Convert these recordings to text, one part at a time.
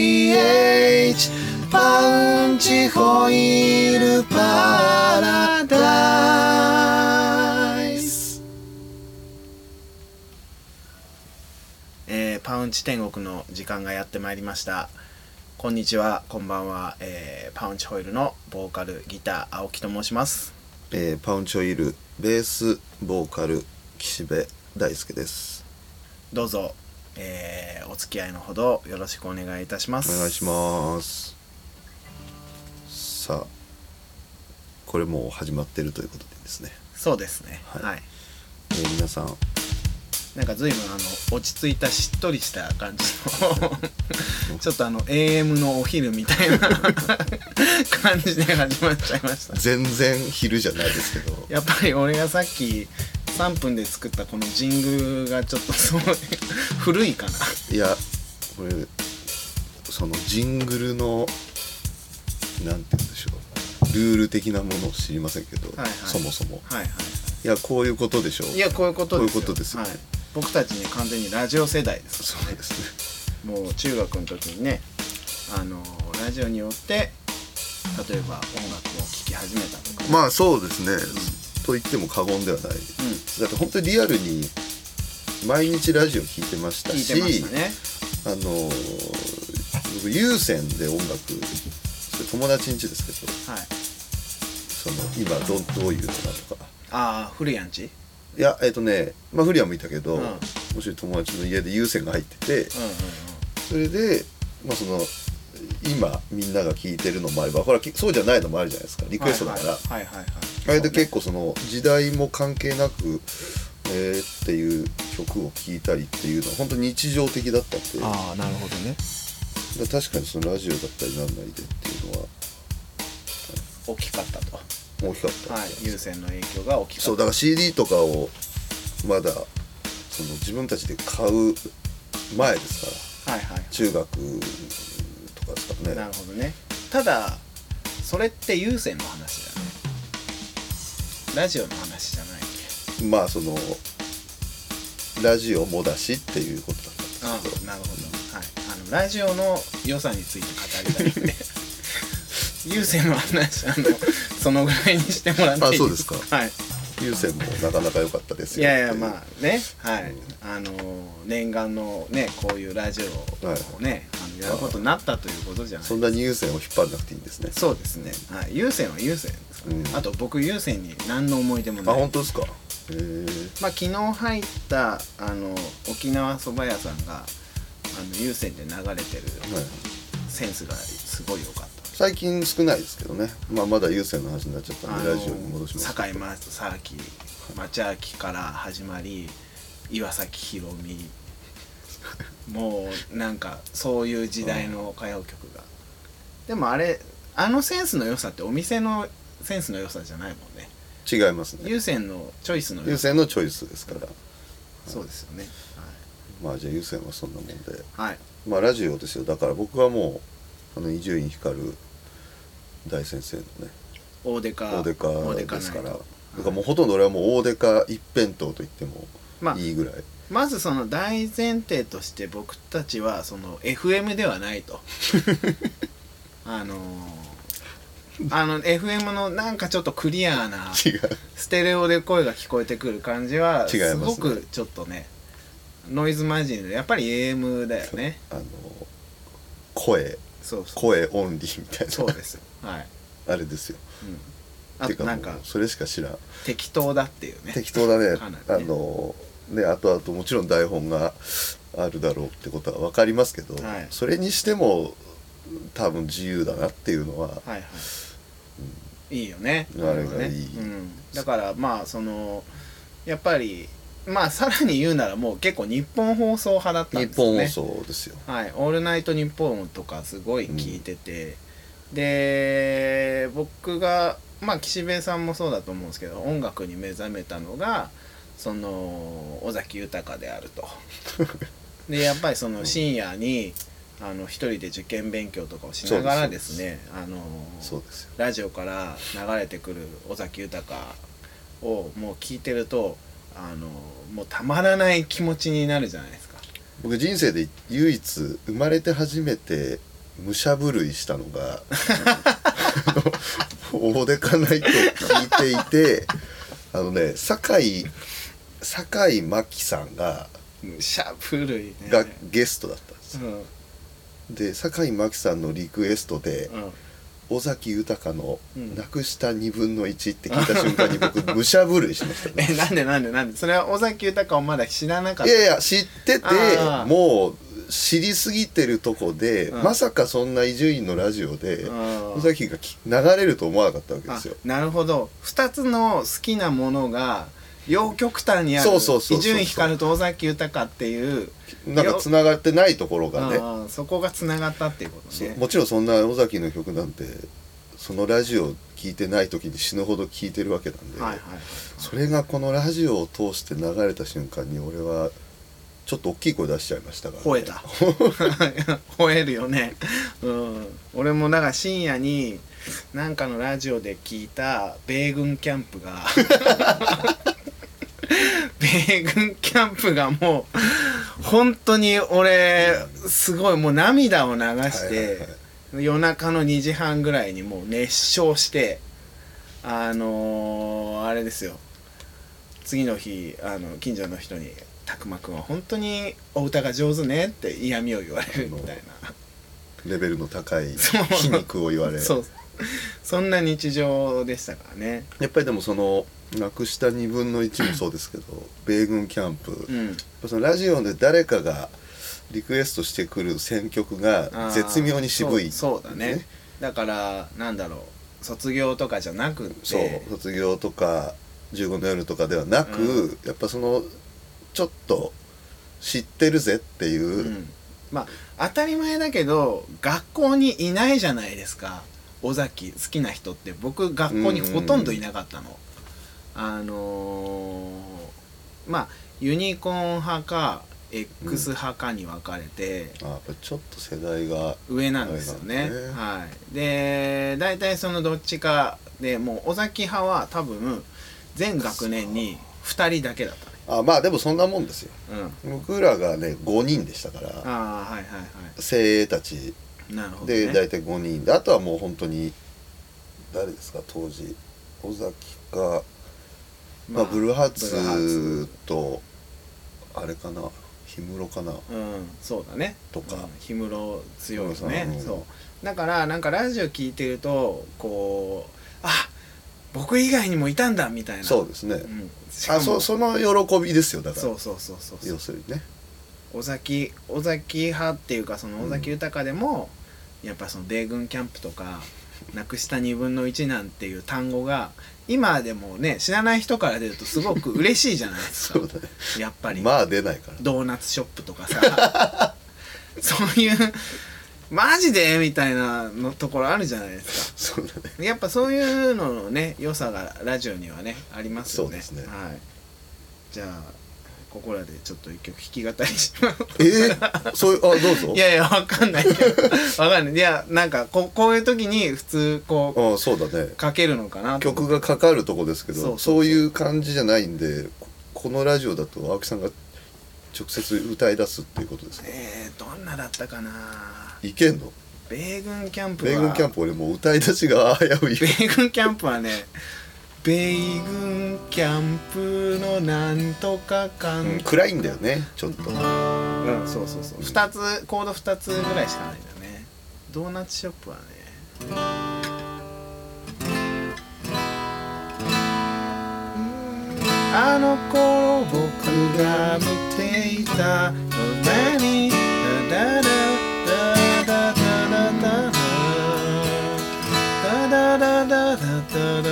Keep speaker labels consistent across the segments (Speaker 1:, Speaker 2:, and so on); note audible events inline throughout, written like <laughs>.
Speaker 1: MCH パンチホイールパラダイスえーパウンチ天国の時間がやってまいりましたこんにちはこんばんは、えーパウンチホイールのボーカルギター青木と申します
Speaker 2: えーパウンチョイルベースボーカル岸辺大輔です
Speaker 1: どうぞ、えーお付き合いのほどよろしくお願いいたしま
Speaker 2: お
Speaker 1: す
Speaker 2: 願いしますさあこれもう始まってるということでですね、
Speaker 1: そうですね
Speaker 2: はい
Speaker 1: はい
Speaker 2: えー皆さん
Speaker 1: なんか随分あの落ち着いたしっとりした感じ
Speaker 2: <laughs>
Speaker 1: のちょっとあの AM のお昼みたいな感じで始まっちゃいました
Speaker 2: 全然昼じゃないですけど
Speaker 1: やっぱり俺がさっき3分で作ったこのジングルがちょっとそう古いかない
Speaker 2: やこれそのジングルのなんて言うんでしょうルール的なものを知りませんけど、
Speaker 1: はいはい
Speaker 2: そもそも
Speaker 1: はいはい
Speaker 2: いやこういうことでしょう
Speaker 1: いやこういうことです
Speaker 2: こう
Speaker 1: よ
Speaker 2: いうことですよ
Speaker 1: は
Speaker 2: ね
Speaker 1: い、僕たちね完全にラジオ世代です
Speaker 2: そうですね
Speaker 1: もう中学の時にねあのラジオによって例えば音楽を聴き始めたとか、
Speaker 2: まあそうですね、と言っても過言ではない
Speaker 1: うん、
Speaker 2: だって本当にリアルに毎日ラジオ聞いてましたし
Speaker 1: 聞いてましたね
Speaker 2: あのー僕有線で音楽それ友達ん家ですけど
Speaker 1: はい
Speaker 2: その今どどういうのだとか
Speaker 1: ああ古いやんち
Speaker 2: いやえっ、とねまあフリアもいたけど、
Speaker 1: うん
Speaker 2: もし友達の家で有線が入ってて
Speaker 1: うんうんうん
Speaker 2: それで、まあ、その今みんなが聞いてるのもあればほらきそうじゃないのもあるじゃないですかリクエストだから、
Speaker 1: はいはいはいはい
Speaker 2: あれで
Speaker 1: そうね
Speaker 2: 結構その時代も関係なく、えーっていう曲を聴いたりっていうのは本当に日常的だったってだか
Speaker 1: ああなるほどね
Speaker 2: ら確かにそのラジオだったりなんなりでっていうのは
Speaker 1: 大きかったと
Speaker 2: 大きかった、
Speaker 1: はい優先の影響が大きかった
Speaker 2: そうだから CD とかをまだその自分たちで買う前ですから
Speaker 1: はいはい
Speaker 2: 中学とかですから
Speaker 1: な
Speaker 2: ね
Speaker 1: るほどねただそれって優先の話だねラジオの話じゃないっけ
Speaker 2: まあそのラジオもだしっていうことだったんです
Speaker 1: あ
Speaker 2: けど
Speaker 1: あなるほどはいあのラジオの良さについて語りた
Speaker 2: <laughs>
Speaker 1: いんで優先の話あのそのぐらいにしてもらっていい
Speaker 2: あそうですか
Speaker 1: はい
Speaker 2: 有線もなかなか良かったです
Speaker 1: い
Speaker 2: よ
Speaker 1: やいや
Speaker 2: ってう
Speaker 1: まあねはい、あの念願のねこういうラジオ
Speaker 2: はい
Speaker 1: をね、あのやることになったということじゃない
Speaker 2: そんなに優先を引っ張らなくていいんですね。
Speaker 1: そうですねはい優先は優先ですからね、
Speaker 2: うん
Speaker 1: あと僕優先に何の思い出も
Speaker 2: あ、
Speaker 1: ない
Speaker 2: 本当ですか。えー、
Speaker 1: まあ昨日入ったあの沖縄そば屋さんがあの優先で流れてる
Speaker 2: はい。
Speaker 1: センスがすごい良かった
Speaker 2: 最近少ないですけどね。まあ、まだ優先の話になっちゃったんで、ラジオに戻します。
Speaker 1: 堺正明町明から始まり岩崎宏 <laughs> 美もうなんかそういう時代の歌謡曲が、でもあれあのセンスの良さってお店のセンスの良さじゃないもんね
Speaker 2: 違いますね。
Speaker 1: 優先のチョイスの
Speaker 2: 優
Speaker 1: 良さ
Speaker 2: 先のチョイスですから。
Speaker 1: そうですよね
Speaker 2: まあ、じゃあ優先はそんなもんで。
Speaker 1: はい、はい、
Speaker 2: まあ、ラジオですよ。だから僕はもう、あの、伊集院光大先生のね、
Speaker 1: 大デカ
Speaker 2: 大デカ
Speaker 1: デカ
Speaker 2: ですから。
Speaker 1: ナイ
Speaker 2: だ
Speaker 1: ト
Speaker 2: からもうほとんど俺はもう大デカ一辺倒と言っても
Speaker 1: まあ
Speaker 2: いいぐらい。
Speaker 1: まずその大前提として僕たちはその FM ではない
Speaker 2: <laughs>
Speaker 1: とあのーあの FM のなんかちょっとクリアな
Speaker 2: 違う。
Speaker 1: ステレオで声が聞こえてくる感じは
Speaker 2: 違います
Speaker 1: す
Speaker 2: ね
Speaker 1: ごくちょっとねノイズマジンでやっぱり AM だよね
Speaker 2: あの、声、
Speaker 1: そうそう
Speaker 2: 声オンリーみたいな。
Speaker 1: そうですよはい、
Speaker 2: あれですよ。
Speaker 1: うん、あ
Speaker 2: て
Speaker 1: と
Speaker 2: か
Speaker 1: な
Speaker 2: なんんか
Speaker 1: か
Speaker 2: それしか知らん
Speaker 1: 適当だっていうね
Speaker 2: 適当だね
Speaker 1: かなりね
Speaker 2: あのねあとあともちろん台本があるだろうってことは分かりますけど、
Speaker 1: はい
Speaker 2: それにしても多分自由だなっていうのは
Speaker 1: はいはい、いいよね
Speaker 2: あれがいい
Speaker 1: ねうん、だからまあそのやっぱりまあさらに言うならもう結構日本放送派だったん
Speaker 2: 日
Speaker 1: ですよ
Speaker 2: 本
Speaker 1: ね
Speaker 2: 放送ですよ
Speaker 1: はい「オールナイトニッポン」とかすごい聞いてて、で僕がまあ岸辺さんもそうだと思うんですけど音楽に目覚めたのがその尾崎豊であると。でやっぱりその深夜に、あの一人で受験勉強とかをしながらですねあの
Speaker 2: そうですよ
Speaker 1: ラジオから流れてくる尾崎豊をもう聞いてるとあのもうたまらない気持ちになるじゃないですか
Speaker 2: 僕人生で唯一生まれて初めて武者震いしたの
Speaker 1: <laughs>
Speaker 2: があのオーデカナイトを聞いていてあのね酒井酒井真紀さんが
Speaker 1: シャープ類ね
Speaker 2: がゲストだったんです
Speaker 1: う
Speaker 2: よ
Speaker 1: んうん
Speaker 2: で酒井真紀さんのリクエストで尾崎豊の
Speaker 1: う
Speaker 2: 「
Speaker 1: ん
Speaker 2: なくした2分の1」って聞いた瞬間に僕武者震いしましたね
Speaker 1: えなんでなんでなんでそれは尾崎豊をまだ知らなかっ
Speaker 2: い
Speaker 1: た
Speaker 2: やいや知ってて
Speaker 1: あー
Speaker 2: もう知りすぎてるとこで、
Speaker 1: うん
Speaker 2: まさかそんな伊集院のラジオで
Speaker 1: うん
Speaker 2: 尾崎がき流れると思わなかったわけで
Speaker 1: あ
Speaker 2: すよ。
Speaker 1: なるほど2つの好きなものが両極端にある
Speaker 2: そうそうそうそう
Speaker 1: 伊集院光と尾崎豊っていう
Speaker 2: なんか繋がってないところがね
Speaker 1: あーそこがつながったっていうこと
Speaker 2: そう
Speaker 1: ね
Speaker 2: もちろんそんな尾崎の曲なんてそのラジオ聴いてない時に死ぬほど聴いてるわけなんで、
Speaker 1: はいはい
Speaker 2: それがこのラジオを通して流れた瞬間に俺はちょっと大きい声出しちゃいましたから、
Speaker 1: 吠えた <laughs> 吠えるよねうん俺もなんか深夜になんかのラジオで聞いた米軍キャンプが <laughs> 米軍キャンプがもう本当に俺すごいもう涙を流して、
Speaker 2: はいはいはい
Speaker 1: 夜中の2時半ぐらいにもう熱唱してあのーあれですよ次の日あの近所の人に「たくまくんは本当にお歌が上手ね」って嫌味を言われるみたい
Speaker 2: レベルの高い
Speaker 1: <laughs> そう
Speaker 2: 皮肉を言われ
Speaker 1: なそうそんな日常でしたからね
Speaker 2: やっぱりでもそのなくした2分の1もそうですけど米軍キャンプ、
Speaker 1: う
Speaker 2: やっ
Speaker 1: ん
Speaker 2: ぱそのラジオで誰かがリクエストしてくる選曲
Speaker 1: あ
Speaker 2: が
Speaker 1: ー
Speaker 2: 絶妙に渋い、
Speaker 1: そうそうだねだからなんだろう卒業とかじゃなくて
Speaker 2: そう卒業とか15の夜とかではなく、
Speaker 1: う
Speaker 2: やっぱそのちょっと知ってるぜっていうう、
Speaker 1: ん、まあ当たり前だけど学校にいないじゃないですか尾崎好きな人って僕学校にほとんどいなかったの、あのーまあユニコーン派か X 派かに分かれて、
Speaker 2: あやっぱちょっと世代が
Speaker 1: 上なんですよね。
Speaker 2: 上なん
Speaker 1: はい、で大体そのどっちかでもう尾崎派は多分全学年に2人だけだったね。
Speaker 2: あまあでもそんなもんですよ
Speaker 1: うん、
Speaker 2: 僕らがね5人でしたから
Speaker 1: ああはいはいは
Speaker 2: 精鋭たち
Speaker 1: い。なるほど、ね。
Speaker 2: で大体5人であとはもう本当に誰ですか当時尾崎か、まあ、ブルーハー
Speaker 1: ブルーハーツ
Speaker 2: ツとあれかな氷室かな
Speaker 1: うん、そうだね
Speaker 2: とか
Speaker 1: うん氷室強いよ
Speaker 2: 氷室
Speaker 1: ね
Speaker 2: さん
Speaker 1: そうだからなんかラジオ聞いてるとこうあ僕以外にもいたんだみたいな
Speaker 2: そうですね、
Speaker 1: ん、しか
Speaker 2: あ
Speaker 1: も
Speaker 2: そその喜びですよだから
Speaker 1: そうそうそうそうそう
Speaker 2: 要するにね
Speaker 1: 尾崎尾崎派っていうかその尾崎豊でも、やっぱその米軍キャンプとかなくした2分の1なんていう単語が今でもね知らない人から出るとすごく嬉しいじゃないです
Speaker 2: そ
Speaker 1: か
Speaker 2: うだね
Speaker 1: やっぱり
Speaker 2: まあ出ない
Speaker 1: <laughs>
Speaker 2: から
Speaker 1: ドーナツショップとかさ
Speaker 2: <laughs>
Speaker 1: そういうマジでみたいなのところあるじゃないです
Speaker 2: そ
Speaker 1: か
Speaker 2: うだね
Speaker 1: やっぱそういうののね良さがラジオにはねありますよね
Speaker 2: そうですね
Speaker 1: はい、じゃあここらでちょっと一曲弾き語りします
Speaker 2: えー、そういうあどうぞ
Speaker 1: いやいやわかんないけどわかんないいやなんかここういう時に普通こ
Speaker 2: あそうだね
Speaker 1: うかけるのかなと
Speaker 2: 曲がかかるとこですけど
Speaker 1: そ
Speaker 2: そうう
Speaker 1: そうそう
Speaker 2: いう感じじゃないんでここのラジオだと青木さんが直接歌い出すっていうことですね
Speaker 1: えー、どんなだったかない
Speaker 2: けんの
Speaker 1: 米軍キャンプは
Speaker 2: 米軍キャンプ俺もう歌い出しが危うい
Speaker 1: 米軍キャンプはね米軍キャンプのなんとかかん、う
Speaker 2: うんん、 <laughs> 暗いんだよねちょっと
Speaker 1: そうそうそう2つコード2つぐらいしかないんだねドーナツショップはねあの頃僕が見ていた夢にダダダダダダダダダダダダダダダダダダダダ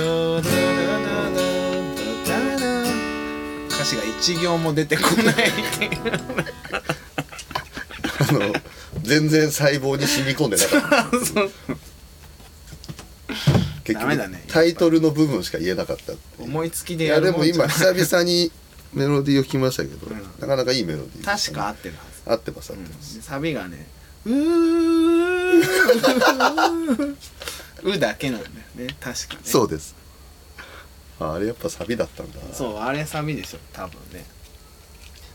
Speaker 1: 歌詞が一行も出てこないっていう
Speaker 2: あの全然細胞に染み込んでなかった結 <laughs>
Speaker 1: ダメだね
Speaker 2: 局タイトルの部分しか言えなかったっていう
Speaker 1: 思いつき
Speaker 2: い
Speaker 1: でや
Speaker 2: やで
Speaker 1: るも
Speaker 2: も
Speaker 1: んじゃ
Speaker 2: 今
Speaker 1: ない
Speaker 2: 久々にメロディーを聞きましたけど、
Speaker 1: うん
Speaker 2: なかなかいいメロディーでしたね
Speaker 1: 確か合ってるはず
Speaker 2: 合ってます合っ
Speaker 1: うん
Speaker 2: て
Speaker 1: で
Speaker 2: ます、
Speaker 1: サビが
Speaker 2: <laughs>
Speaker 1: ね「うー」 <laughs> うだけなんだよね確かね
Speaker 2: そうですああれやっぱサビだったんだ
Speaker 1: そうあれサビでしょ多分ね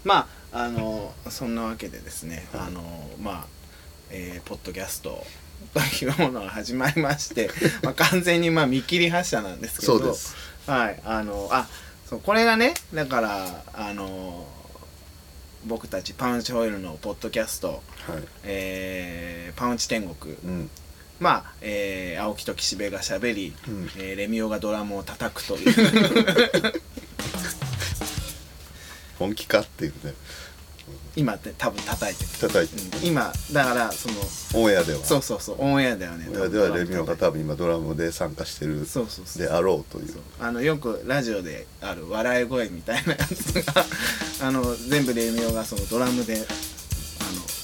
Speaker 1: まああのそんなわけでですね、
Speaker 2: はい
Speaker 1: あのまあ、えーポッドキャストというものが始まりま
Speaker 2: <laughs>
Speaker 1: して、まあ、完全にまあ見切り発車なんですけど
Speaker 2: そうです
Speaker 1: はいあのあそうこれがねだからあの僕たちパウンチホイールのポッドキャスト、
Speaker 2: はい
Speaker 1: えーパウンチ天国
Speaker 2: うん
Speaker 1: まあ、えー青木と岸辺がしゃべり、
Speaker 2: うん
Speaker 1: えーレミオがドラムを叩くという
Speaker 2: <laughs> 本気かっていうね
Speaker 1: 今って多分叩いてる、
Speaker 2: 叩いて
Speaker 1: うん今だからその
Speaker 2: オンエアでは
Speaker 1: そうそうそうオンエアだよね
Speaker 2: オンエアではレミオが多分今ドラムで参加してる
Speaker 1: そうそうそう
Speaker 2: であろうという
Speaker 1: あのよくラジオである笑い声みたいなやつが <laughs> あの全部レミオがそのドラムであの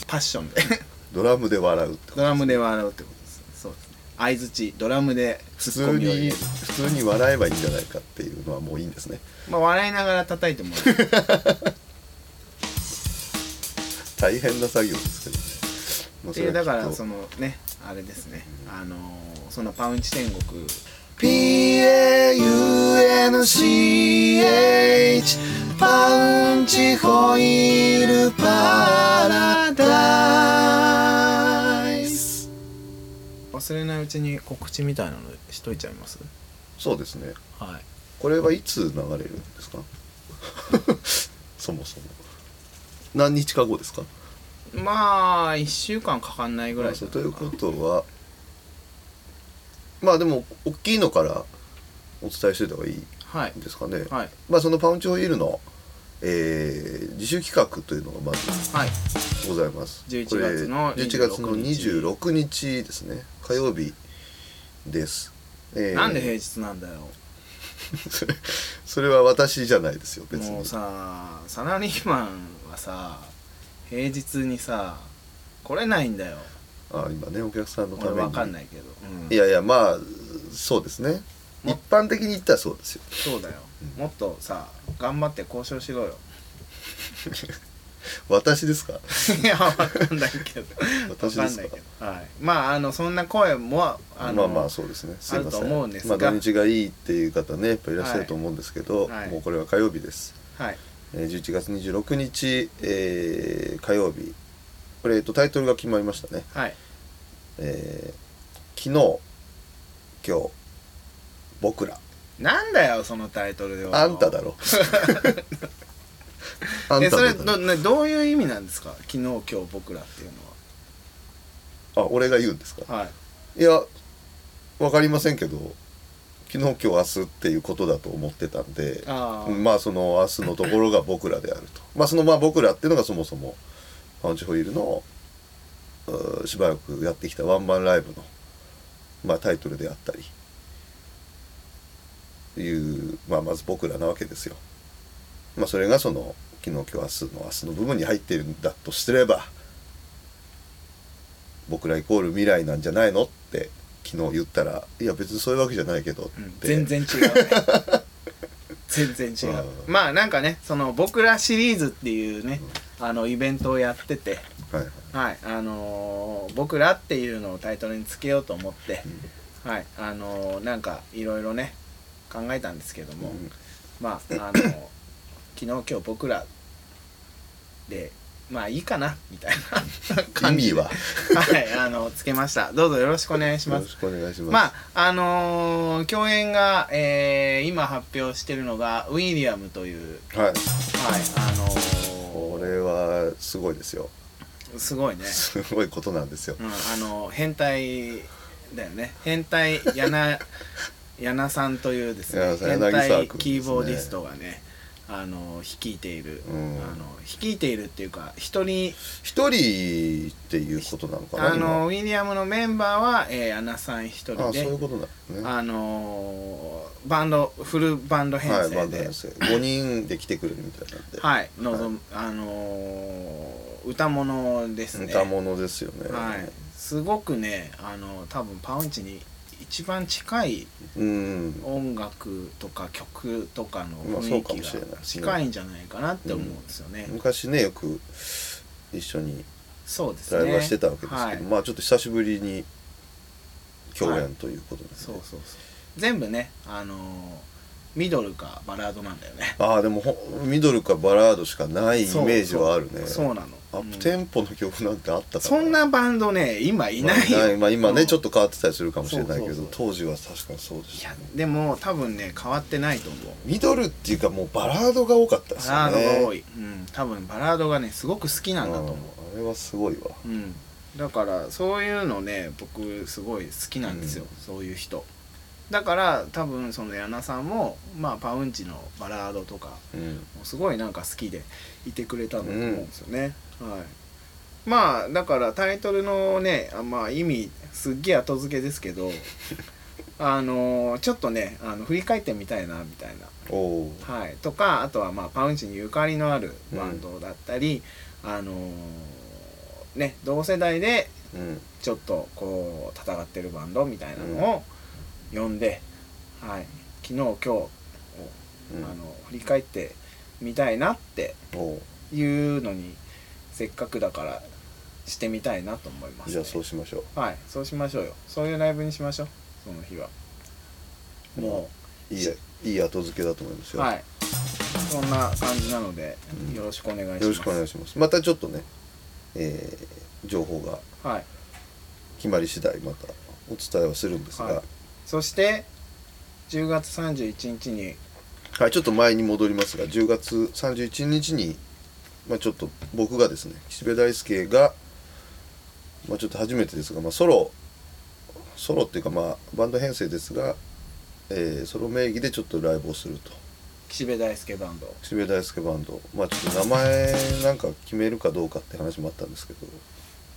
Speaker 1: パッションで
Speaker 2: ドラムで笑うって
Speaker 1: ドラムで笑うってことですそうですね相槌ドラムで
Speaker 2: 普
Speaker 1: ツッコ
Speaker 2: 通
Speaker 1: ミを入れ
Speaker 2: に
Speaker 1: る
Speaker 2: 普通に笑えばいいんじゃないかっていうのはもういいんですね
Speaker 1: まあ笑いながら叩いてもらう
Speaker 2: 大変な作業ですけどねも
Speaker 1: っていうだからそ
Speaker 2: の
Speaker 1: のねあれですねあのーそのパウンチ天国
Speaker 2: PAUNCH パウンチホイールパラダイス
Speaker 1: 忘れないうちに告知みたいなのしといちゃいます
Speaker 2: そうですね
Speaker 1: はい
Speaker 2: これはいつ流れるんですか <laughs> そもそも何日か後ですか
Speaker 1: まあ1週間かかんないぐらいじゃな
Speaker 2: と
Speaker 1: い
Speaker 2: い
Speaker 1: か
Speaker 2: う
Speaker 1: な
Speaker 2: ことはまあでも大きいのからお伝えしてた方がいい
Speaker 1: はい
Speaker 2: ですかね、
Speaker 1: はい
Speaker 2: まあそのパウンチホイールの、えー自主企画というのがまず
Speaker 1: はい
Speaker 2: ございます
Speaker 1: 11
Speaker 2: これ
Speaker 1: 月の
Speaker 2: 11月の26
Speaker 1: 26
Speaker 2: 日ですね火曜日です、えー
Speaker 1: なんで平日なんだよ
Speaker 2: それそれは私じゃないですよ別
Speaker 1: も
Speaker 2: に
Speaker 1: うさサラリーマンはさ平日にさ来れないんだよ
Speaker 2: あ今ねお客さんのた
Speaker 1: 俺
Speaker 2: めに
Speaker 1: わかんないけど、うん
Speaker 2: いやいやまあそうですね
Speaker 1: も
Speaker 2: 一般的に言ったらそうですよ
Speaker 1: そうだよもっとさ頑張って交渉しろよ
Speaker 2: 私ですか
Speaker 1: <laughs> いやわかんないけど
Speaker 2: <laughs> 私
Speaker 1: わ
Speaker 2: です
Speaker 1: かんな
Speaker 2: か
Speaker 1: いけど、はい、まああのそんな声もあ
Speaker 2: まあ
Speaker 1: の
Speaker 2: まあそうですねすいません
Speaker 1: あると思うんです
Speaker 2: ま
Speaker 1: が
Speaker 2: あ、土日がいいっていう方ねやっぱいらっしゃると思うんですけど、
Speaker 1: はいはい
Speaker 2: もうこれは火曜日です、
Speaker 1: はい
Speaker 2: えー、11月26日、えー火曜日これ、えっと、タイトルが決まりましたね、
Speaker 1: はい
Speaker 2: えー昨日今日僕ら
Speaker 1: なんだよそのタイトルでは
Speaker 2: あんただろあん
Speaker 1: <laughs> え
Speaker 2: た
Speaker 1: それ
Speaker 2: だ
Speaker 1: ど
Speaker 2: ろ
Speaker 1: などういう意味なんですか昨日今日僕らっていう
Speaker 2: あ俺が言うんですか
Speaker 1: のははい
Speaker 2: いやわかりませんけど昨日今日明日っていうことだと思ってたんで
Speaker 1: あー
Speaker 2: まあその明日のところが僕らである
Speaker 1: <laughs>
Speaker 2: とまあそのまあ僕らっていうのがそもそもパウンチホイールのうーしばらくやってきたワンマンライブの、まあ、タイトルであったりいう、まあ、まず僕らなわけですよ。まあ、それがその昨日今日明日の明日の部分に入っているんだとすれば僕らイコール未来なんじゃないのって昨日言ったらいや別にそういうわけじゃないけどって、
Speaker 1: うん全然違うね <laughs> 全然違う
Speaker 2: う
Speaker 1: まあなんかねその僕らシリーズっていうね、あのイベントをやってて
Speaker 2: はいはい
Speaker 1: はいあのー僕らっていうのをタイトルにつけようと思って、はいあのーなんかいろいろね考えたんですけども、
Speaker 2: うん
Speaker 1: まああのー昨日今日僕らでまあいいかなみたいな <laughs>
Speaker 2: 意
Speaker 1: 感じ
Speaker 2: 味
Speaker 1: で
Speaker 2: は
Speaker 1: はいあのつけましたどうぞよろしくお願いし
Speaker 2: よ
Speaker 1: ま
Speaker 2: ろ
Speaker 1: す
Speaker 2: しくお願いします。
Speaker 1: まああのー共演が、えー今発表してるのがウィリアムという
Speaker 2: はい、
Speaker 1: はいあの
Speaker 2: こ
Speaker 1: ー
Speaker 2: れはすごいですよ。
Speaker 1: すごいね、
Speaker 2: すごいことなんですよ
Speaker 1: う。ん、あの変態だよね変態やな <laughs> やなさんというですね
Speaker 2: やなさん
Speaker 1: 変
Speaker 2: 柳沢
Speaker 1: 態
Speaker 2: 君
Speaker 1: キーボーディストがねあの率いている、
Speaker 2: うん
Speaker 1: あの率いているっていうか一人
Speaker 2: 一人っていうことなのかな。
Speaker 1: あのウィリアムのメンバーは、えー、アナさん一
Speaker 2: 今
Speaker 1: 人
Speaker 2: あ、そう
Speaker 1: で
Speaker 2: いうことだね。は
Speaker 1: あのーバンドフルバンド
Speaker 2: い、
Speaker 1: 編
Speaker 2: バ
Speaker 1: 成
Speaker 2: ン
Speaker 1: で、
Speaker 2: ド編成。五人で来てくれるみたいなんで。
Speaker 1: はい、のぞ、あのー歌物ですね。
Speaker 2: 歌物ですよね。
Speaker 1: はい、すごくね、あの多分パウンチに一番近い
Speaker 2: うん。
Speaker 1: 音楽とか曲とか
Speaker 2: ま
Speaker 1: の
Speaker 2: あ
Speaker 1: 雰囲
Speaker 2: そうか
Speaker 1: 気
Speaker 2: もしれない
Speaker 1: が
Speaker 2: ですね
Speaker 1: 近いんじゃないかなって思うんですよね。
Speaker 2: 昔ねよく一緒に
Speaker 1: そうですね。
Speaker 2: ライブはしてたわけですけど、
Speaker 1: はい
Speaker 2: まあちょっと久しぶりに共演ということです
Speaker 1: そ
Speaker 2: ね
Speaker 1: う。そうそう。全部ね、あのーミドルかバラードなんだよね
Speaker 2: ああでもほミドルかバラードしかないイメージはあるね
Speaker 1: そうそうなの
Speaker 2: アップテンポの曲なんてあったか
Speaker 1: そんなバンドね今いないよ、
Speaker 2: まあまあ今ね、
Speaker 1: うん
Speaker 2: ちょっと変わってたりするかもしれないけど
Speaker 1: そうそう
Speaker 2: 当時は確かにそうでし
Speaker 1: <laughs> い
Speaker 2: た
Speaker 1: やでも多分ね変わってないと思う
Speaker 2: ミドルっていうかもうバラードが多かったで
Speaker 1: バ
Speaker 2: すよ
Speaker 1: ラ
Speaker 2: ね
Speaker 1: ードが多い、うん、多分バラードがねすごく好きなんだと思う、
Speaker 2: うんあれはすごいわ
Speaker 1: うん、だからそういうのね僕すごい好きなんですよ、そういう人だから多分その矢名さんも、まあ、パウンチのバラードとか
Speaker 2: うん
Speaker 1: もすごいなんか好きでいてくれたんだと思うんですよね、はいまあだからタイトルのねあまあ意味すっげえ後付けですけ <laughs> どあのちょっとねあの振り返ってみたいなみたいな
Speaker 2: おお
Speaker 1: はい、とかあとはまあパウンチにゆかりのあるバンドだったり、あのーね同世代で
Speaker 2: うん
Speaker 1: ちょっとこう戦ってるバンドみたいなのを呼んで、はい、昨日今日を、
Speaker 2: うん
Speaker 1: あの振り返ってみたいなって
Speaker 2: おう
Speaker 1: いうのにせっかくだからしてみたいなと思います、ね、
Speaker 2: じゃあそうしましょう
Speaker 1: はいそうしましょうよそういうライブにしましょうその日はもう
Speaker 2: いいやいい後付けだと思いますよ、
Speaker 1: はい。そんな感じなので、
Speaker 2: うん
Speaker 1: よろしくお願いします。
Speaker 2: よろしくお願いしますまたちょっとね、えー情報が
Speaker 1: はい。
Speaker 2: 決まり次第またお伝えはするんですが
Speaker 1: は
Speaker 2: はいい、
Speaker 1: そして、10月31日に、
Speaker 2: ちょっと前に戻りますが10月31日に、まあ、ちょっと僕がですね岸辺大輔が、まあ、ちょっと初めてですが、まあ、ソロソロっていうかまあバンド編成ですが、えーソロ名義でちょっとライブをすると
Speaker 1: 岸辺大輔バンド。
Speaker 2: 岸辺大輔バンドまあちょっと名前なんか決めるかどうかって話もあったんですけど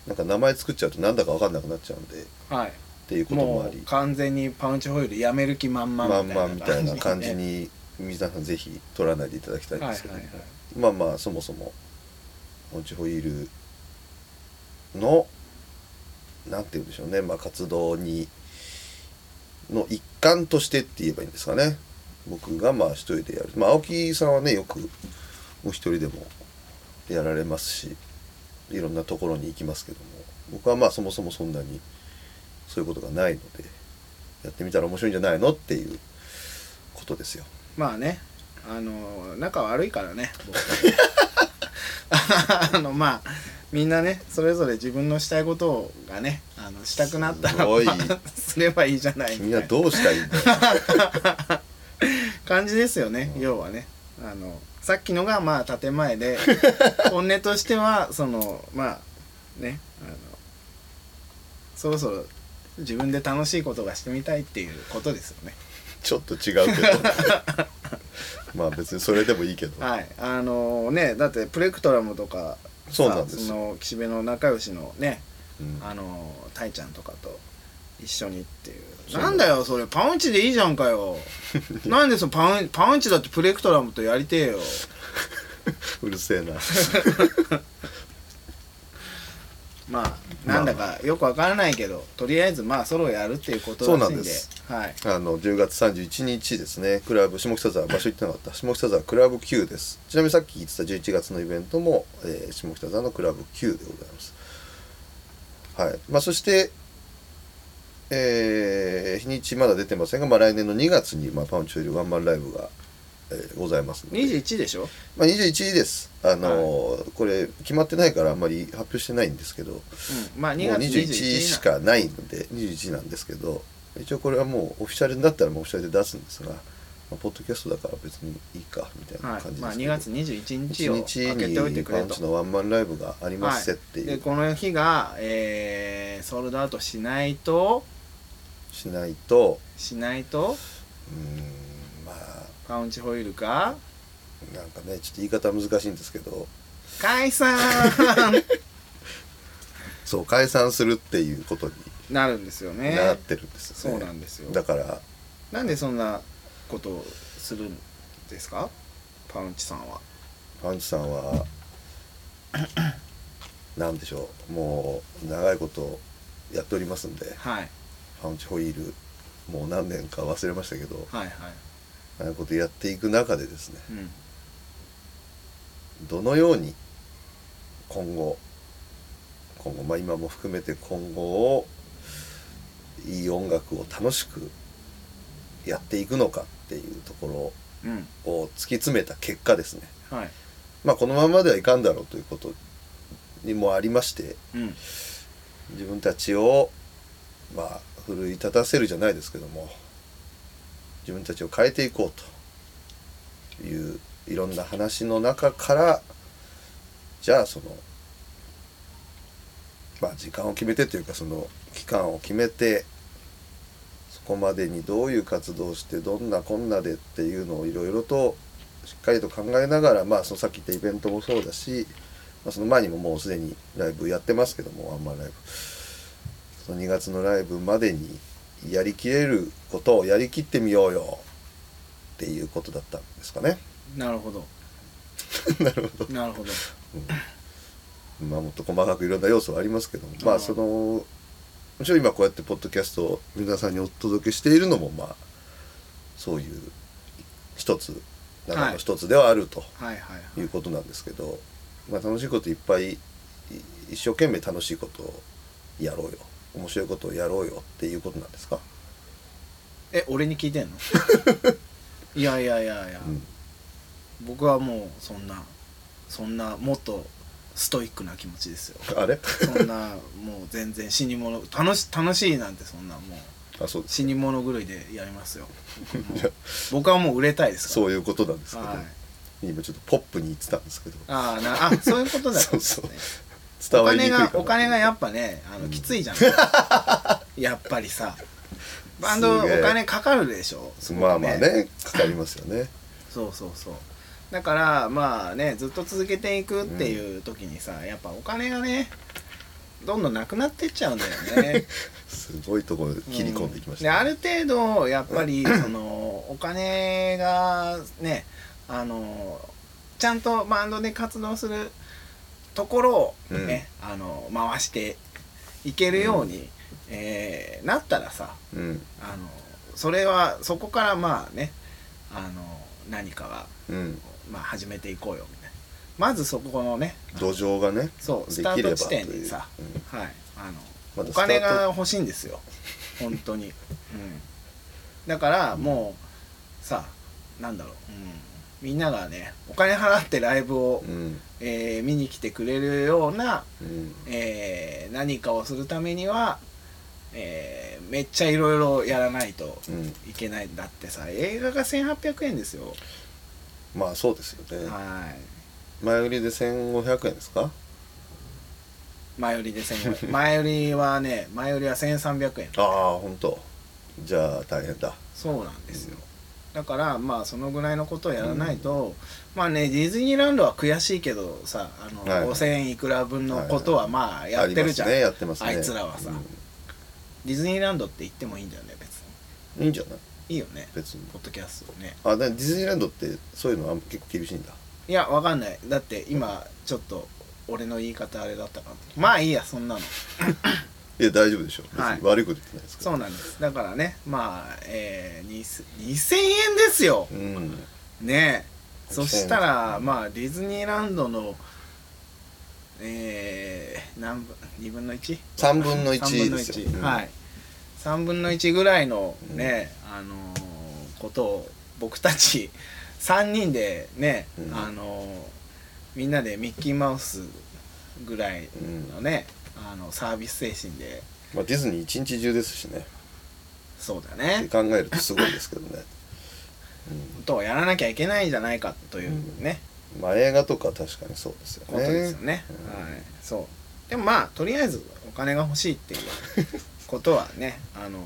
Speaker 2: なんか名前作っちゃうとなんだか分かんなくなっちゃうんでっ
Speaker 1: はい。
Speaker 2: ていうこともあ
Speaker 1: もう
Speaker 2: り
Speaker 1: 完全にパウンチホイールやめる気満
Speaker 2: ま
Speaker 1: 々
Speaker 2: あまあみたいな感じ
Speaker 1: ね。
Speaker 2: に皆さんぜひ取らないでいただきたいんで
Speaker 1: はいはい
Speaker 2: すけど、
Speaker 1: はい。
Speaker 2: まあまあそもそもオンチホイールのなんて言うんでしょうね、まあ、活動にの一環としてって言えばいいんですかね僕がまあ一人でやる、まあ、青木さんはねよくお一人でもやられますしいろんなところに行きますけども僕はまあそもそもそんなにそういうことがないのでやってみたら面白いんじゃないのっていうことですよ。
Speaker 1: まあね、あの、仲悪いからね、
Speaker 2: <laughs>
Speaker 1: 僕あの、まあ、みんなね、それぞれ自分のしたいことがね、あのしたくなった
Speaker 2: す
Speaker 1: ら、
Speaker 2: ごい
Speaker 1: まあすればいいじゃない
Speaker 2: 君
Speaker 1: たい
Speaker 2: はどうしたいんだよ
Speaker 1: 感じですよね、要はねあのさっきのがまあ建前
Speaker 2: <laughs>
Speaker 1: で本音としてはそのまあねあのそろそろ自分で楽しいことがしてみたいっていうことですよね
Speaker 2: ちょっと違うけ
Speaker 1: <laughs>
Speaker 2: どまあ別にそれでもいいけど
Speaker 1: はいあのねだってプレクトラムとか
Speaker 2: そうなんです
Speaker 1: さその岸辺の仲良しのね
Speaker 2: うん
Speaker 1: あのたいちゃんとかと一緒にっていう
Speaker 2: そう
Speaker 1: なんだよそれパウンチでいいじゃんか
Speaker 2: <laughs>
Speaker 1: よなんでそのパウンパウンチだってプレクトラムとやりてえよ
Speaker 2: うるせえな
Speaker 1: まあなんだかよくわからないけど、とりあえずまあソロやるっていうことらしいんで
Speaker 2: そうなんです
Speaker 1: はい
Speaker 2: あの10月31日ですねクラブ下北沢場所行ってなかった下北沢クラブ Q ですちなみにさっき言ってた11月のイベントも、えー下北沢のクラブ Q でございますはいまあそしてえー日にちまだ出てませんが、まあ、来年の2月に、まあ、パウンチョイルワンマンライブが、えーございますので
Speaker 1: 21でしょ
Speaker 2: まあ、21です。あのーこれ決まってないからあんまり発表してないんですけど、も
Speaker 1: うんまあ
Speaker 2: う
Speaker 1: 2月21
Speaker 2: 21
Speaker 1: 日
Speaker 2: しかないので、21なんですけど、一応これはもうオフィシャルになったらもうオフィシャルで出すんですが、まあ、ポッドキャストだから別にいいかみたいな
Speaker 1: はい
Speaker 2: 感じですけど、
Speaker 1: まあ2月21日を
Speaker 2: 1
Speaker 1: 開けておい
Speaker 2: 日
Speaker 1: て
Speaker 2: に
Speaker 1: くれ
Speaker 2: パン
Speaker 1: と
Speaker 2: チのワンマンライブがありま
Speaker 1: はい
Speaker 2: すっていう、
Speaker 1: でこの日が、えー、ソールドアウトしないと
Speaker 2: しないと、
Speaker 1: しないと
Speaker 2: うーん、まあ、
Speaker 1: パウンチホイールか
Speaker 2: なんかね、ちょっと言い方難しいんですけど、
Speaker 1: 解散 <laughs>
Speaker 2: そう、解散するっていうことに
Speaker 1: なるんですよね
Speaker 2: なってるんです
Speaker 1: そ
Speaker 2: よ
Speaker 1: う
Speaker 2: ね。
Speaker 1: なんですよ
Speaker 2: だから、
Speaker 1: なんでそんなことをするんですかパウンチさんは
Speaker 2: パンチさんは <coughs> なんでしょうもう長いことやっておりますんで
Speaker 1: はい
Speaker 2: パンチホイールもう何年か忘れましたけど
Speaker 1: はいはい
Speaker 2: ああいうことやっていく中でですね
Speaker 1: うん
Speaker 2: どのように今後今後まあ今も含めて今後をいい音楽を楽しくやっていくのかっっていうとこ
Speaker 1: うん
Speaker 2: ろを突き詰めた結果ですね
Speaker 1: はい
Speaker 2: まあこのままではいかんだろうということにもありまして
Speaker 1: うん
Speaker 2: 自分たちをまあ奮い立たせるじゃないですけども自分たちを変えていこうといういろんな話の中からじゃあそのまあ時間を決めてというかその期間を決めてそこまでにどういう活動をしてどんなこんなでっていうのをいろいろとしっかりと考えながらまあそのさっき言ったイベントもそうだしまあ、その前にももうすでにライブやってますけどもワンマンライブその2月のライブまでにやりきれることをやりきってみようよっていうことだったんですか
Speaker 1: <laughs>
Speaker 2: ね <laughs>
Speaker 1: なるほど
Speaker 2: なるほど
Speaker 1: なるほど
Speaker 2: まあもっと細かくいろんな要素はありますけどもま
Speaker 1: う
Speaker 2: あ
Speaker 1: ん
Speaker 2: そのもちろん今こうやってポッドキャストを皆さんにお届けしているのもまあそういう一つ中の一つではあると
Speaker 1: はいはいはい
Speaker 2: いうことなんですけど、まあ、楽しいこといっぱいい一生懸命楽しいことをやろうよ面白いことをやろうよっていうことなんです
Speaker 1: <laughs>
Speaker 2: か、
Speaker 1: え俺に聞いて
Speaker 2: <laughs>
Speaker 1: んのいやいやいやいや、
Speaker 2: うん
Speaker 1: 僕はもうそんなそんなもっとストイックな気持ちですよ
Speaker 2: あれ
Speaker 1: そ
Speaker 2: <laughs>
Speaker 1: んなもう全然死に物楽し楽しいなんてそんなもう
Speaker 2: あそうです
Speaker 1: 死に物狂いでやりま
Speaker 2: <laughs>
Speaker 1: すよ僕も僕はもう売れたいですから
Speaker 2: そういうことなんですけど、
Speaker 1: はい
Speaker 2: 今ちょっとポップに言ってたんですけど
Speaker 1: ああなあそういうことだったんですね
Speaker 2: 伝
Speaker 1: お
Speaker 2: わりにく
Speaker 1: 金
Speaker 2: いかな
Speaker 1: がお金がやっぱねあのきつ
Speaker 2: <laughs>
Speaker 1: いじゃん、いやっぱりさバンドお
Speaker 2: すげえ
Speaker 1: 金かかるでしょすごく
Speaker 2: まあまあねかかりますよね
Speaker 1: そうそうそうだからまあねずっと続けていくっていう時にさ、やっぱお金がねどんどんなくなってっちゃうんだよね
Speaker 2: すごいところ切り込んでいきました、
Speaker 1: である程度やっ
Speaker 2: <clears throat>
Speaker 1: ぱりそのお金がねあのちゃんとバンドで活動するところをね、あの回していけるように、えーなったらさ
Speaker 2: うん
Speaker 1: あのそれはそこからまあねあの何かが
Speaker 2: うん
Speaker 1: まあ、始めていこうよみたいなまずそこのね
Speaker 2: 土壌がね
Speaker 1: そうス
Speaker 2: で
Speaker 1: タ
Speaker 2: き
Speaker 1: ー
Speaker 2: れば
Speaker 1: ト
Speaker 2: と
Speaker 1: 地
Speaker 2: いう
Speaker 1: 点でさ、はいあの、
Speaker 2: まだスタ
Speaker 1: お
Speaker 2: ート
Speaker 1: 金が欲しいんですよ本当に、うん、だからもうさなんだろう、うん、みんながねお金払ってライブを
Speaker 2: う、ん
Speaker 1: えー見に来てくれるような、
Speaker 2: うん
Speaker 1: えー何かをするためには、えーめっちゃいろいろやらないと
Speaker 2: うん
Speaker 1: いけないんだってさ映画が1800円ですよ、
Speaker 2: まあそうですよね
Speaker 1: はい
Speaker 2: 前売りで1500円ですか
Speaker 1: 前売りで1500前売りはね前売りは1300円
Speaker 2: ああ本当じゃあ大変だ
Speaker 1: そうなんですよだからまあそのぐらいのことをやらないと、まあねディズニーランドは悔しいけどさあの、
Speaker 2: はい
Speaker 1: 5000いくら分のことはまあやってるじゃん、
Speaker 2: ありますねやってますね
Speaker 1: あいつらはさディズニーランドって言ってもいいんだよね別
Speaker 2: うんいいんじゃない
Speaker 1: にいいよね
Speaker 2: 別に
Speaker 1: ポッドキャストね
Speaker 2: あでディズニーランドってそういうのは結構厳しいんだ
Speaker 1: いやわかんないだって今ちょっと俺の言い方あれだったかなまあいいやそんなの
Speaker 2: いや大丈夫でしょ別
Speaker 1: はい
Speaker 2: に悪いこと言ってないですか
Speaker 1: そう
Speaker 2: ら
Speaker 1: なんですだからねまあえー、2000円ですよ
Speaker 2: うん
Speaker 1: ねえ
Speaker 2: そう
Speaker 1: そしたらまあディズニーランドのえー、何分2分の 1?
Speaker 2: 3分の1ですよ、
Speaker 1: 3分の1
Speaker 2: うん
Speaker 1: はい3分の1ぐらいのね、あのーことを僕たち3人でね、
Speaker 2: うん
Speaker 1: あのーみんなでミッキーマウスぐらいのね、あのサービス精神で
Speaker 2: まあ、ディズニー一日中ですしね
Speaker 1: そうだ
Speaker 2: って
Speaker 1: ね
Speaker 2: 考えるとすごいですけどね、
Speaker 1: ことをやらなきゃいけないんじゃないかというね、
Speaker 2: うん、まあ映画とか確かにそうですよ
Speaker 1: こと
Speaker 2: ね
Speaker 1: ですよね、
Speaker 2: うん
Speaker 1: はいそうでもまあとりあえずお金が欲しいっていうことはね <laughs> あの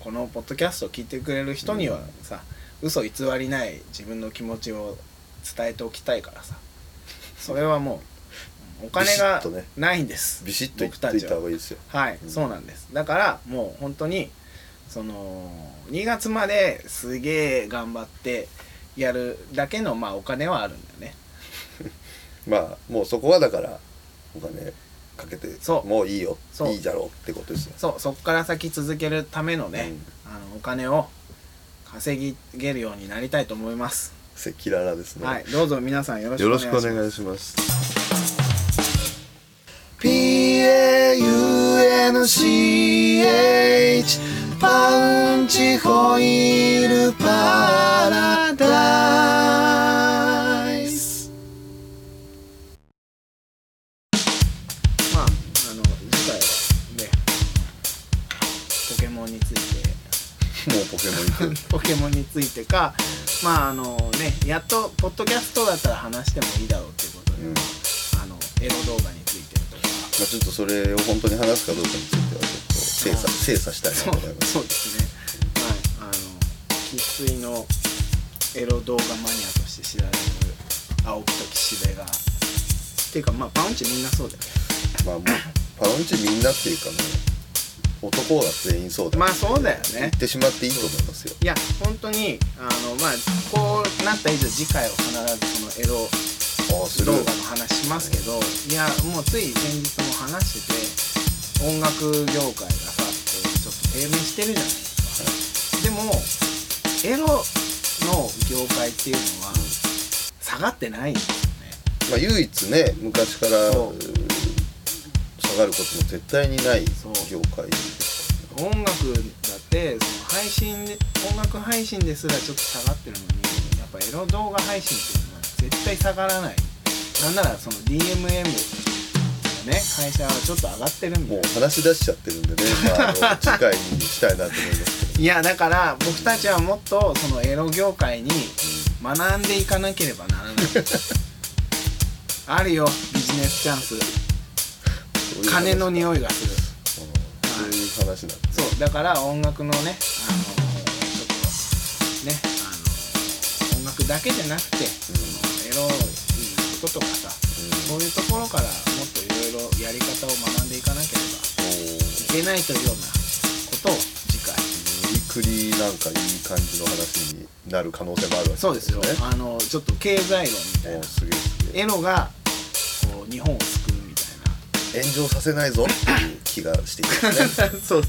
Speaker 1: このポッドキャストを聞いてくれる人にはさ、嘘偽りない自分の気持ちを伝えておきたいからさそれはもうお金が
Speaker 2: ビシッとね
Speaker 1: ないんです、
Speaker 2: ビシッと言っ
Speaker 1: 僕た
Speaker 2: とい
Speaker 1: ち
Speaker 2: た
Speaker 1: は
Speaker 2: 方がいいですよ
Speaker 1: はい、
Speaker 2: うん
Speaker 1: そうなんですだからもう本当にその2月まですげえ頑張ってやるだけのまあお金はあるんだよね
Speaker 2: まあもうそこはだからお金かけて
Speaker 1: そう
Speaker 2: もういいよ
Speaker 1: そう
Speaker 2: いいじゃろうってことですよ
Speaker 1: そうそこから先続けるためのね、あのお金を稼げるようになりたいと思います、
Speaker 2: 赤裸々ですね、
Speaker 1: はいどうぞ皆さんよろしく
Speaker 2: よ
Speaker 1: お願
Speaker 2: ろ
Speaker 1: いし
Speaker 2: し
Speaker 1: ま
Speaker 2: くお願いしま
Speaker 1: す
Speaker 2: す PAUNCH パウン
Speaker 1: チホイールパラダイスまああの次回はねポケモンについ
Speaker 2: <laughs>
Speaker 1: て
Speaker 2: もうポケモン行く
Speaker 1: ポケモンについてかまああのねやっとポッドキャストだったら話してもいいだろうっていうことで、
Speaker 2: うん
Speaker 1: まああのエロ動画についてとか
Speaker 2: まあちょっとそれを本当に話すかどうかについてはちょっと精査
Speaker 1: あー
Speaker 2: 精査したいな
Speaker 1: そ
Speaker 2: と
Speaker 1: う
Speaker 2: 思います
Speaker 1: そうですねはいあの生粋のエロ動画マニアとして知られる青木と岸辺がっていうかまあパウンチみんなそうだよね
Speaker 2: まあもうパウンチみんなっていうかね男は全員そうだ
Speaker 1: まあそうだよね
Speaker 2: 言ってしまっていいと思いますよ
Speaker 1: いや本当にあのまあこうなった以上次回は必ずそのエロ
Speaker 2: ああする
Speaker 1: 動画の話しますけどいやもうつい先日も話してて音楽業界がさこうちょっと低迷してるじゃないですかでもエロの業界っていうのは下がってないんですよね
Speaker 2: まあ、唯一ね昔から
Speaker 1: そう
Speaker 2: うん下がることも絶対にない
Speaker 1: そう
Speaker 2: 業界ですか
Speaker 1: 音楽だってその配信で音楽配信ですらちょっと下がってるのにやっぱエロ動画配信っていうのは絶対下がらないなんならその DMM のね会社はちょっと上がってるみ
Speaker 2: ら
Speaker 1: たい
Speaker 2: も
Speaker 1: な
Speaker 2: う話し出しちゃってるんでね、まあ、あの
Speaker 1: <laughs>
Speaker 2: 次回にしたいなと思いますけど
Speaker 1: いやだから僕たちはもっとそのエロ業界に学んでいかなければな <laughs> らないあるよビジネスチャンス
Speaker 2: そういう話
Speaker 1: 金の
Speaker 2: うん
Speaker 1: 匂いが
Speaker 2: そ
Speaker 1: する
Speaker 2: ういう話なんです、
Speaker 1: そうだから音楽のねあのちょっとねあの音楽だけじゃなくてそのエロいこととかさ
Speaker 2: うん
Speaker 1: そういうところからもっといろいろやり方を学んでいかなければいけないというようなことを次回
Speaker 2: 無理くりなんかいい感じの話になる可能性もあるわけ
Speaker 1: そうですよ、
Speaker 2: ね
Speaker 1: あのちょっと経済論みたい
Speaker 2: お
Speaker 1: な
Speaker 2: ーすげえすげえ
Speaker 1: エロがこう日本を救うみたい
Speaker 2: 炎上させないぞっていう気がしてき
Speaker 1: <laughs>
Speaker 2: ますね
Speaker 1: なそうそう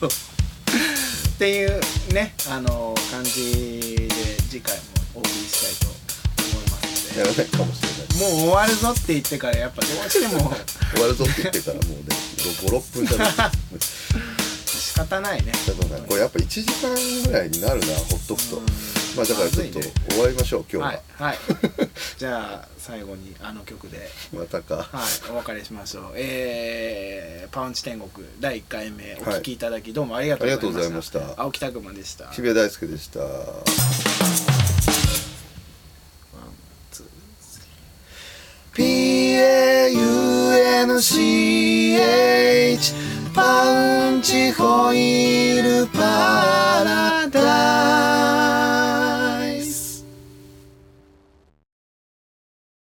Speaker 1: そうっていうねあの感じで次回もお送りしたいと思いますの
Speaker 2: や
Speaker 1: で
Speaker 2: らないかもしれない
Speaker 1: もう終わるぞって言ってからやっぱどうしても
Speaker 2: 終わるぞって言ってからもうね56分じゃない
Speaker 1: 仕方ないね
Speaker 2: だからこれやっぱ1時間ぐらいになるなほっとくと
Speaker 1: うん
Speaker 2: まあだからちょっと終わりましょう今日は、
Speaker 1: はいはいじゃあ最後にあの曲で
Speaker 2: またか
Speaker 1: はいお別れしましょうえーパウンチ天国第1回目お聴きいただきどうもありがとうございました,、
Speaker 2: ありがとうございました
Speaker 1: 青木拓磨でした
Speaker 2: 日比谷大輔でした
Speaker 1: ワンツー
Speaker 2: PAUNCH パウンチホイールパラ